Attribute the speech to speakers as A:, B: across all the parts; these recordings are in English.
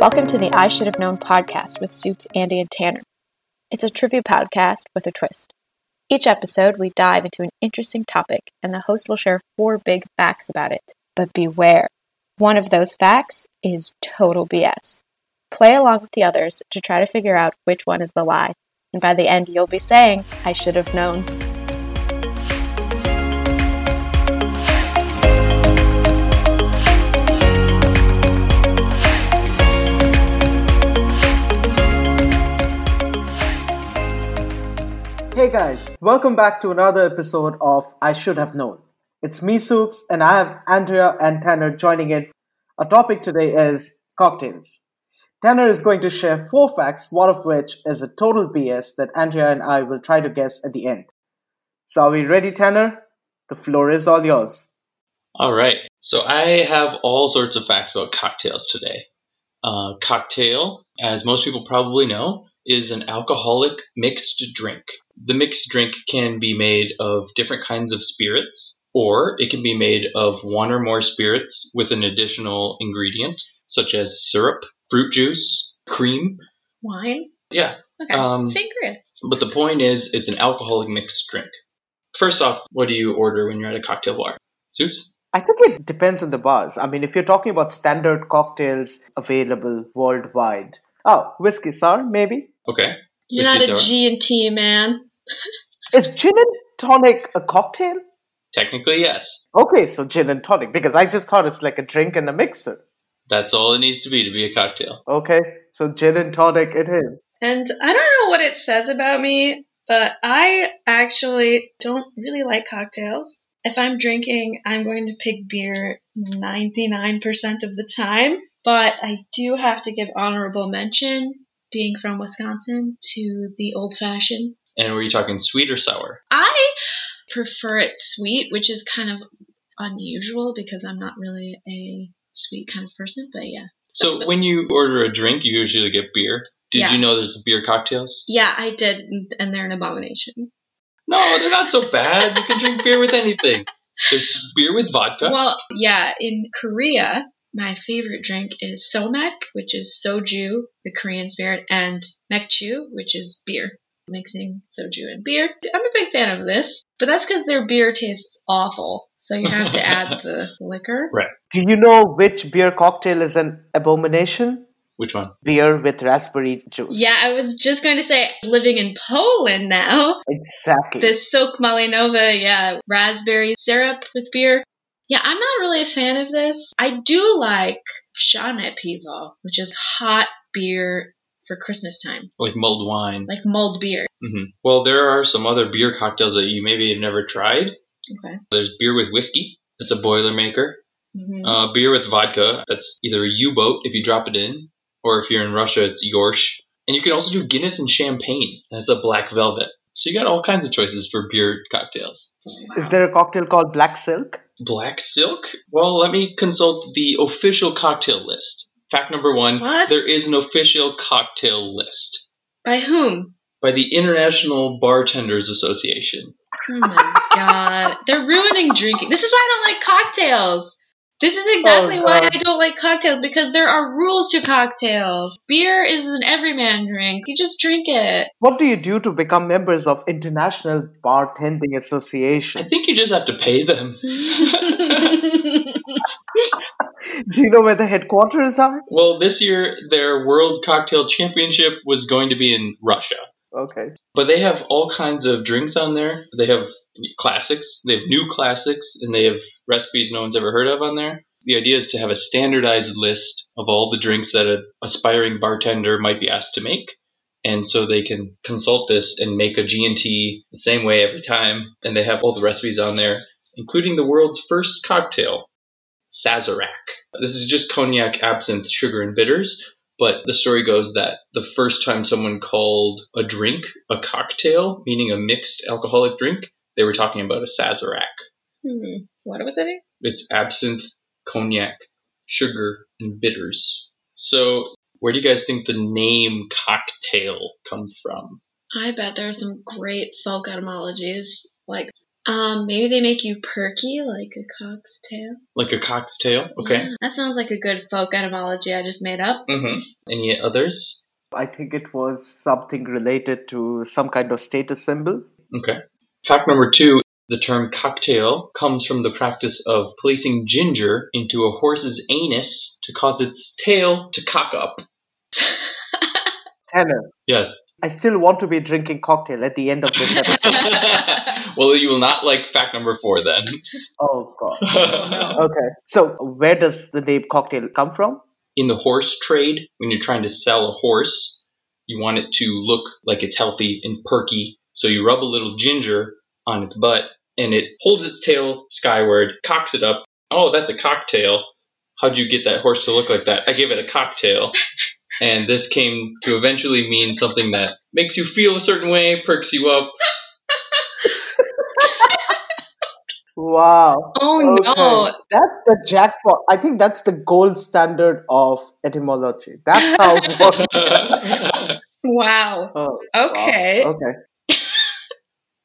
A: Welcome to the I Should Have Known podcast with Soups, Andy, and Tanner. It's a trivia podcast with a twist. Each episode, we dive into an interesting topic, and the host will share four big facts about it. But beware, one of those facts is total BS. Play along with the others to try to figure out which one is the lie, and by the end, you'll be saying, I should have known.
B: Hey guys, welcome back to another episode of I Should Have Known. It's me, Soups, and I have Andrea and Tanner joining in. Our topic today is cocktails. Tanner is going to share four facts, one of which is a total BS that Andrea and I will try to guess at the end. So, are we ready, Tanner? The floor is all yours.
C: All right. So I have all sorts of facts about cocktails today. Uh, cocktail, as most people probably know, is an alcoholic mixed drink. The mixed drink can be made of different kinds of spirits, or it can be made of one or more spirits with an additional ingredient, such as syrup, fruit juice, cream.
D: Wine?
C: Yeah.
D: Okay.
C: Um,
D: Sacred.
C: But the point is, it's an alcoholic mixed drink. First off, what do you order when you're at a cocktail bar? Soups?
B: I think it depends on the bars. I mean, if you're talking about standard cocktails available worldwide, oh, whiskey sour, maybe?
C: Okay.
D: You're not
C: Whiskey
D: a
C: sour.
D: G and T man.
B: Is gin and tonic a cocktail?
C: Technically, yes.
B: Okay, so gin and tonic, because I just thought it's like a drink and a mixer.
C: That's all it needs to be to be a cocktail.
B: Okay, so gin and tonic it is.
D: And I don't know what it says about me, but I actually don't really like cocktails. If I'm drinking, I'm going to pick beer 99% of the time. But I do have to give honorable mention, being from Wisconsin, to the old fashioned.
C: And were you talking sweet or sour?
D: I prefer it sweet, which is kind of unusual because I'm not really a sweet kind of person, but yeah.
C: So when you order a drink, you usually get beer. Did
D: Yeah.
C: you know there's beer cocktails?
D: Yeah, I did, and- and they're an abomination.
C: No, they're not so bad. You can drink beer with anything. There's beer with vodka.
D: Well, yeah, in Korea, my favorite drink is somek, which is soju, the Korean spirit, and mekju, which is beer. Mixing soju and beer. I'm a big fan of this, but that's because their beer tastes awful, so you have to add the liquor.
B: Do you know which beer cocktail is an abomination?
C: Which one?
B: Beer with raspberry juice.
D: Yeah, I was just going to say, living in Poland now,
B: Exactly.
D: The Silk Malinova, yeah, raspberry syrup with beer. Yeah, I'm not really a fan of this. I do like Shana Pivo, which is hot beer for Christmas time,
C: Like mulled wine.
D: like mulled beer.
C: hmm Well, there are some other beer cocktails that you maybe have never tried.
D: Okay.
C: There's beer with whiskey. That's a Boilermaker.
D: hmm
C: Uh, beer with vodka. That's either a U-boat if you drop it in, or if you're in Russia, it's Yorsh. And you can also do Guinness and champagne. That's a black velvet. So you got all kinds of choices for beer cocktails.
B: Is there a cocktail called black silk?
C: Black silk? Well, let me consult the official cocktail list. Fact number one
D: What?
C: there is an official cocktail list
D: By whom?
C: by the International Bartenders Association.
D: Oh my god. They're ruining drinking. This is why I don't like cocktails. This is exactly
B: Oh,
D: why I
B: God.
D: don't like cocktails because there are rules to cocktails. Beer is an everyman drink. You just drink it.
B: What do you do to become members of International Bartending
C: I
B: Association?
C: think you just have to pay them.
B: Do you know where the headquarters are?
C: Well, this year their World Cocktail Championship was going to be in Russia.
B: Okay.
C: But they have all kinds of drinks on there. They have classics, they have new classics, and they have recipes no one's ever heard of on there. The idea is to have a standardized list of all the drinks that an aspiring bartender might be asked to make. And so they can consult this and make a G&T the same way every time. And they have all the recipes on there, including the world's first cocktail, Sazerac. This is just cognac, absinthe, sugar, and bitters. But the story goes that the first time someone called a drink a cocktail, meaning a mixed alcoholic drink, they were talking about a Sazerac.
D: Hmm. What was it?
C: It's absinthe, cognac, sugar, and bitters. So Where do you guys think the name cocktail comes from?
D: I bet there are some great folk etymologies. Like, um, maybe they make you perky like a cock's tail.
C: Like a cock's tail? Okay.
D: Yeah, that sounds like a good folk etymology I just made up.
C: hmm Any others?
B: I think it was something related to some kind of status symbol.
C: Okay. Fact number two the term cocktail comes from the practice of placing ginger into a horse's anus to cause its tail to cock up.
B: Tanner,
C: Yes.
B: I still want to be drinking cocktail at the end of this episode.
C: well, you will not like fact number four then.
B: oh, God. Okay. So, where does the name cocktail come from?
C: in the horse trade, when you're trying to sell a horse, you want it to look like it's healthy and perky. So you rub a little ginger on its butt and it holds its tail skyward, cocks it up. Oh, that's a cocktail. How'd you get that horse to look like that? I gave it a cocktail. And this came to eventually mean something that makes you feel a certain way, perks you up.
B: Wow.
D: Oh no.
B: That's the jackpot. I think that's the gold standard of etymology. That's how it works.
D: Wow.
B: Oh, wow.
D: Okay.
B: Okay.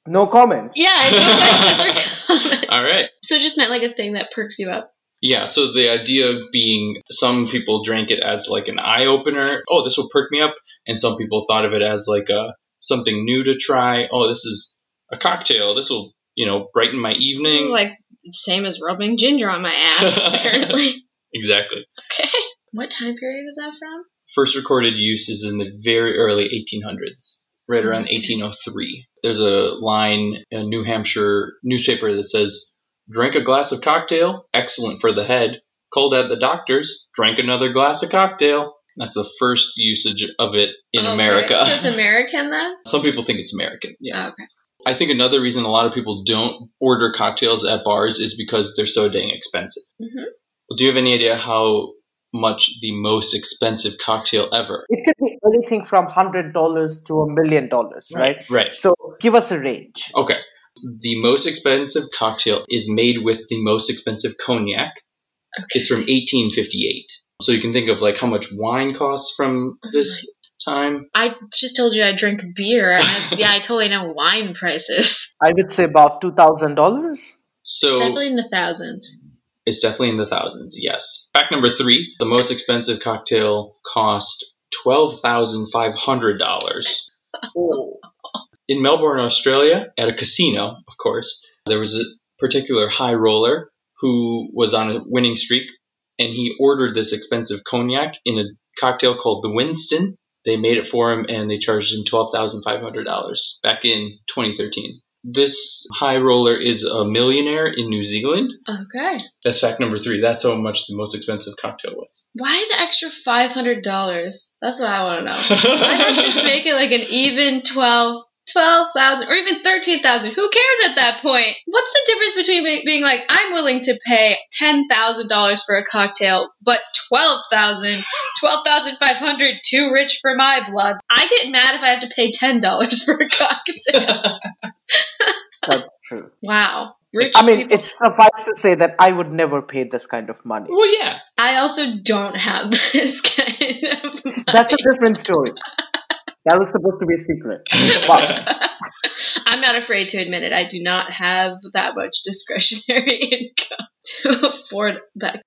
B: No comments.
D: Yeah, I feel like those are
C: All right.
D: So it just meant like a thing that perks you up.
C: Yeah, so the idea being some people drank it as like an eye opener. Oh, this will perk me up. And some people thought of it as like a something new to try. Oh, this is a cocktail. This will, you know, brighten my
D: This is
C: evening.
D: like same as rubbing ginger on my ass, apparently.
C: exactly.
D: okay. What time period is that from?
C: First recorded use is in the very early 1800s, right around 1803. There's a line in a New Hampshire newspaper that says, "Drink a glass of cocktail, excellent for the head. Cold at the doctor's, drank another glass of cocktail." That's the first usage of it in
D: Okay,
C: America.
D: Oh, So it's American then? Oh,
C: Some people think it's American. Yeah.
D: Okay.
C: I think another reason a lot of people don't order cocktails at bars is because they're so dang expensive.
D: Mhm.
C: Well, do you have any idea how much the most expensive cocktail ever?
B: It could be anything from hundred dollars to a million dollars, right?
C: Right.
B: So give us a range.
C: Okay. The most expensive cocktail is made with the most expensive cognac. It's from 1858. So you can think of like how much wine costs from this time.
D: I just told you I drink beer. I, yeah, I totally know wine prices.
B: I would say about two thousand dollars.
C: So
D: Definitely in the thousands.
C: It's definitely in the thousands, yes. Fact number three the most expensive cocktail cost $12,500.
B: Oh,
C: In Melbourne, Australia, at a casino, of course, there was a particular high roller who was on a winning streak and he ordered this expensive cognac in a cocktail called the Winston. They made it for him and they charged him $12,500 back in 2013. This high roller is a millionaire in New Zealand.
D: Okay.
C: That's fact number three. That's how much the most expensive cocktail was.
D: Why the extra five hundred dollars? That's what I want to know. Why not just make it like an even twelve? 12,000 or even 13,000. Who cares at that point? What's the difference between be- being like I'm willing to pay $10,000 for a cocktail, but 12,000, 12,500 too rich for my blood. I get mad if I have to pay $10 for a cocktail.
B: that's true.
D: wow. Rich
B: I mean,
D: people.
B: it's suffice to say that I would never pay this kind of money.
C: well, yeah.
D: I also don't have this kind of money.
B: That's a different story. That was supposed to be a secret. But
D: I'm not afraid to admit it. I do not have that much discretionary income to afford that.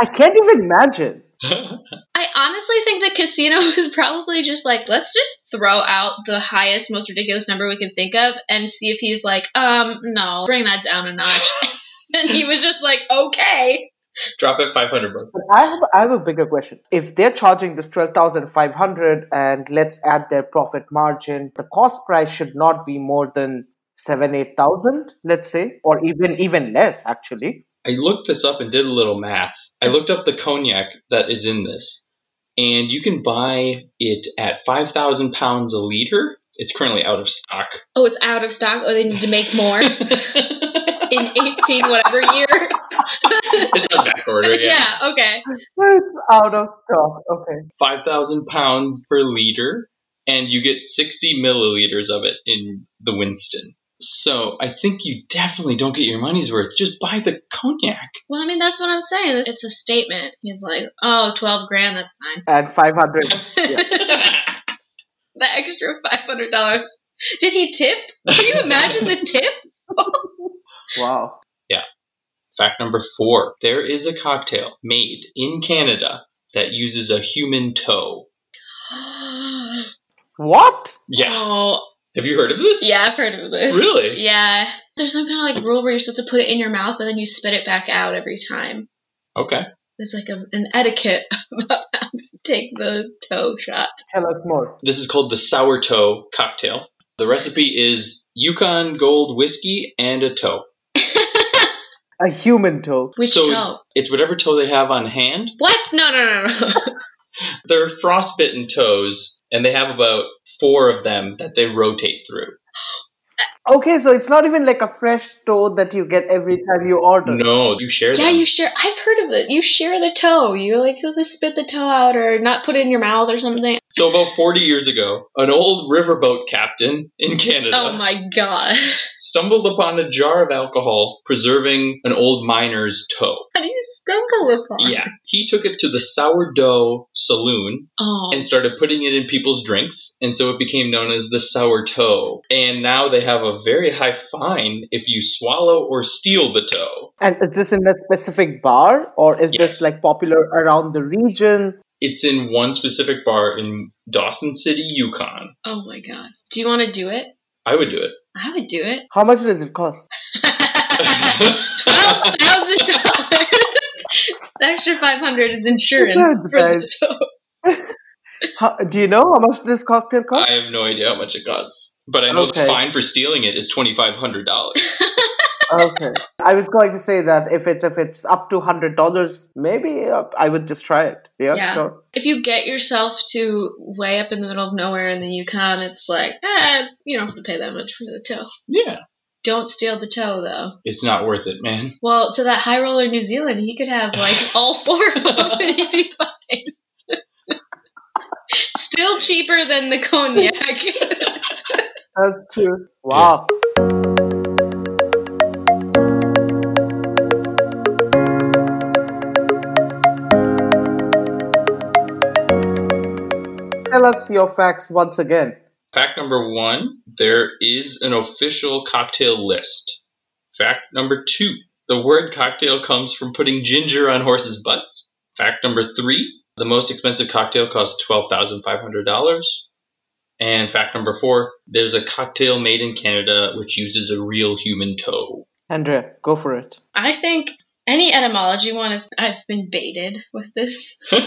B: I can't even imagine.
D: I honestly think the casino is probably just like, let's just throw out the highest, most ridiculous number we can think of and see if he's like, um, no, bring that down a notch. and he was just like, okay.
C: Drop it 500 bucks.
B: But I have I have a bigger question. If they're charging this twelve thousand five hundred, and let's add their profit margin, the cost price should not be more than seven eight thousand, let's say, or even even less actually.
C: I looked this up and did a little math. I looked up the cognac that is in this, and you can buy it at 5,000 pounds a liter. It's currently out of stock.
D: Oh, it's out of stock. Oh, they need to make more in 18 whatever year.
C: It's on back order, yeah.
D: yeah, okay.
B: It's out of stock. Okay.
C: 5,000 pounds per liter, and you get 60 milliliters of it in the Winston. So I think you definitely don't get your money's worth. Just buy the cognac.
D: Well, I mean, that's what I'm saying. It's a statement. He's like, oh, 12 grand, that's fine.
B: And 500. Yeah.
D: the extra $500. Did he tip? Can you imagine the tip?
B: Wow.
C: Fact number four there is a cocktail made in Canada that uses a human toe.
B: What?
C: Yeah.
D: Oh,
C: Have you heard of this?
D: yeah, I've heard of this.
C: Really?
D: Yeah. There's some kind of like rule where you're supposed to put it in your mouth and then you spit it back out every time.
C: Okay.
D: There's like a, an etiquette about how to take the toe shot.
B: Tell us more.
C: This is called the sourdough cocktail. The recipe is Yukon Gold whiskey and a toe.
B: A human toe.
D: Which
C: So-
D: toe?
C: It's whatever toe they have on hand.
D: What? No, no, no, no.
C: They're frostbitten toes, and they have about four of them that they rotate through.
B: Okay, so it's not even like a fresh toe that you get every time you order.
C: No, you share
D: yeah,
C: them.
D: you share. I've heard of it. You share the toe. You're like supposed to spit the toe out or not put it in your mouth or something.
C: so about 40 years ago, an old riverboat captain in Canada
D: Oh my god.
C: stumbled upon a jar of alcohol preserving an old miner's toe.
D: How do you stumble upon?
C: Yeah. He took it to the sourdough saloon
D: Oh.
C: and started putting it in people's drinks, and so it became known as the sour toe. And now they have a very high fine if you swallow or steal the toe.
B: And is this in a specific bar or is
C: Yes.
B: this like popular around the region?
C: It's in one specific bar in Dawson City, Yukon.
D: oh my god. Do you want to do it?
C: I would do
D: I would do it.
B: How much does it cost?
C: it.
D: Twelve thousand dollars. The extra five hundred is insurance
B: That's
D: for the
B: nice.
D: toe.
B: How, do you know how much this cocktail costs?
C: I have no idea how much it costs, but I know the
B: Okay.
C: fine for stealing it is twenty five hundred dollars.
B: okay. I was going to say that if it's if it's up to hundred dollars, maybe uh, I would just try it. Yeah,
D: Yeah.
B: sure.
D: If you get yourself to way up in the middle of nowhere in the Yukon, it's like, eh, you don't have to pay that much for the toe.
C: yeah,
D: Don't steal the toe though.
C: it's not worth it, man.
D: Well, to that high roller New Zealand, he could have like all four of them and he'd be fine. Still cheaper than the cognac.
B: That's true. Wow. Tell us your facts once again.
C: Fact number one: there is an official cocktail list. Fact number two: the word cocktail comes from putting ginger on horses' butts. Fact number three: the most expensive cocktail costs twelve thousand five hundred dollars. And fact number four: there's a cocktail made in Canada which uses a real human toe.
B: Andrea, go for it.
D: I think any etymology one is I've been baited with this.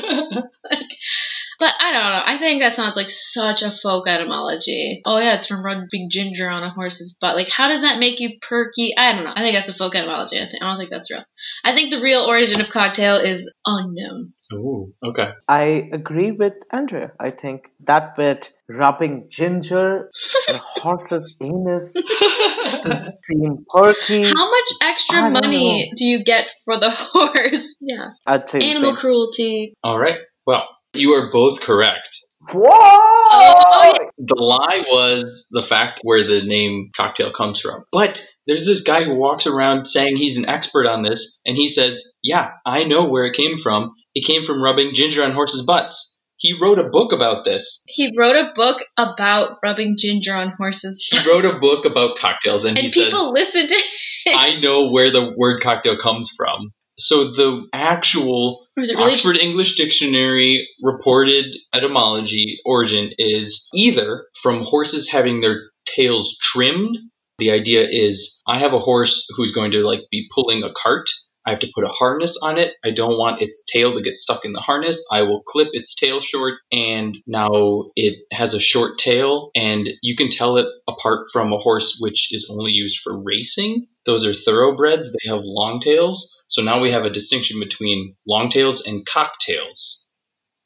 D: But I don't know. I think that sounds like such a folk etymology. Oh yeah, it's from rubbing ginger on a horse's butt. Like, how does that make you perky? I don't know. I think that's a folk etymology. I, think, I don't think that's real. I think the real origin of cocktail is unknown.
C: Ooh, okay.
B: I agree with Andrea. I think that bit rubbing ginger, the horse's anus, the steam perky.
D: How much
B: I
D: extra
B: don't
D: money do you get for the horse? Yeah,
B: I'd say the
D: animal
B: same.
D: cruelty.
C: All right. Well, you are both correct.
B: Whoa!
D: Oh,
C: The lie was the fact where the name cocktail comes from. But there's this guy who walks around saying he's an expert on this, and he says, Yeah, I know where it came from. It came from rubbing ginger on horses' butts. He wrote a book about this.
D: He wrote a book about rubbing ginger on horses'
C: He wrote a book about cocktails, and,
D: and
C: he says,
D: people listen to.
C: I know where the word cocktail comes from. So the actual
D: Was it really
C: Oxford English Dictionary reported etymology origin is either from horses having their tails trimmed. The idea is I have a horse who's going to like be pulling a cart. I have to put a harness on it. I don't want its tail to get stuck in the harness. I will clip its tail short and now it has a short tail and you can tell it apart from a horse which is only used for racing. Those are thoroughbreds. They have long tails. So now we have a distinction between long tails and cocktails.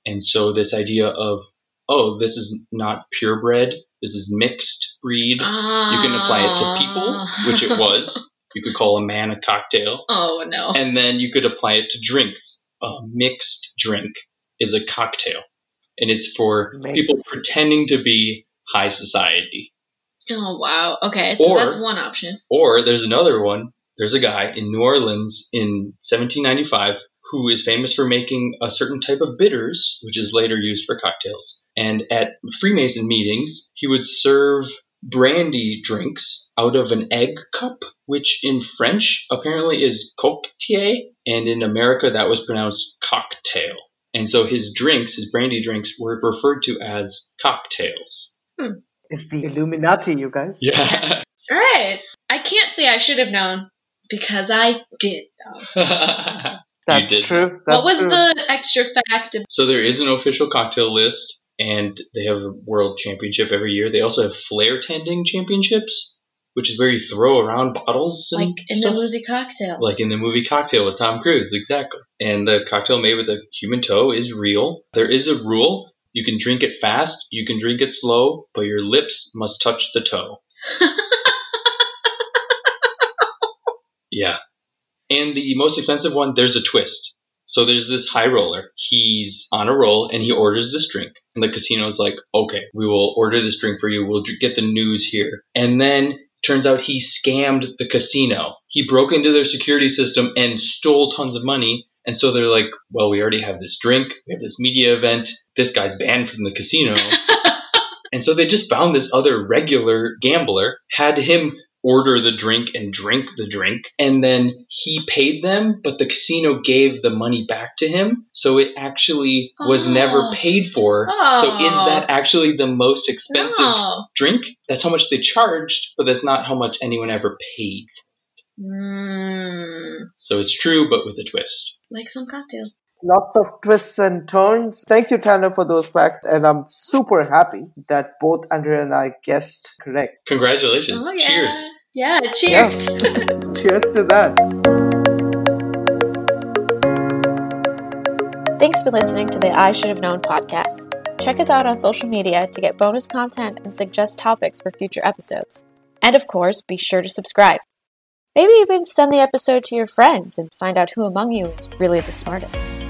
C: And so this idea of, oh, this is not purebred, this is mixed breed. You can apply it to people, which it was. You could call a man a cocktail.
D: Ah. Oh no.
C: And then you could apply it to drinks. A mixed drink is a cocktail. And it's for people
B: Mixed.
C: pretending to be high society.
D: Oh wow. Okay, so
C: Or-
D: that's one option.
C: Or there's another one. There's a guy in New Orleans in 1795 who is famous for making a certain type of bitters, which is later used for cocktails. And at Freemason meetings, he would serve brandy drinks out of an egg cup, which in French apparently is coquetier, and in America that was pronounced cocktail. And so his drinks, his brandy drinks, were referred to as cocktails.
B: It's the Illuminati, you guys.
C: Yeah.
D: All right. I can't say I should have known because I did know.
C: You
B: That's
C: did.
B: true. That's
D: What was
B: true.
D: the extra fact? Of-
C: So there is an official cocktail list, and they have a world championship every year. They also have flair tending championships, which is where you throw around bottles and
D: like in
C: stuff.
D: the movie Cocktail.
C: Like in the movie Cocktail with Tom Cruise, exactly. And the cocktail made with a human toe is real. There is a rule. You can drink it fast, you can drink it slow, but your lips must touch the toe. yeah. And the most expensive one, there's a twist. So there's this high roller. He's on a roll and he orders this drink. And the casino's like, okay, we will order this drink for you. We'll dr- get the news here. And then turns out he scammed the casino. He broke into their security system and stole tons of money. And so they're like, well, we already have this drink. We have this media event. This guy's banned from the casino. and so they just found this other regular gambler, had him order the drink and drink the drink. And then he paid them, but the casino gave the money back to him. So it actually was
D: Oh.
C: never paid for. So is
D: Oh.
C: that actually the most expensive
D: No.
C: drink? That's how much they charged, but that's not how much anyone ever paid.
D: Mm,
C: So it's true, but with a twist.
D: like some cocktails.
B: Lots of twists and turns. Thank you, Tanner, for those facts. And I'm super happy that both Andrea and I guessed correct.
C: Congratulations.
D: Oh, yeah.
C: Cheers.
D: Yeah,
B: Yeah.
D: cheers.
B: Cheers to that.
A: Thanks for listening to the I Should Have Known podcast. Check us out on social media to get bonus content and suggest topics for future episodes. And of course, be sure to subscribe. Maybe even send the episode to your friends and find out who among you is really the smartest.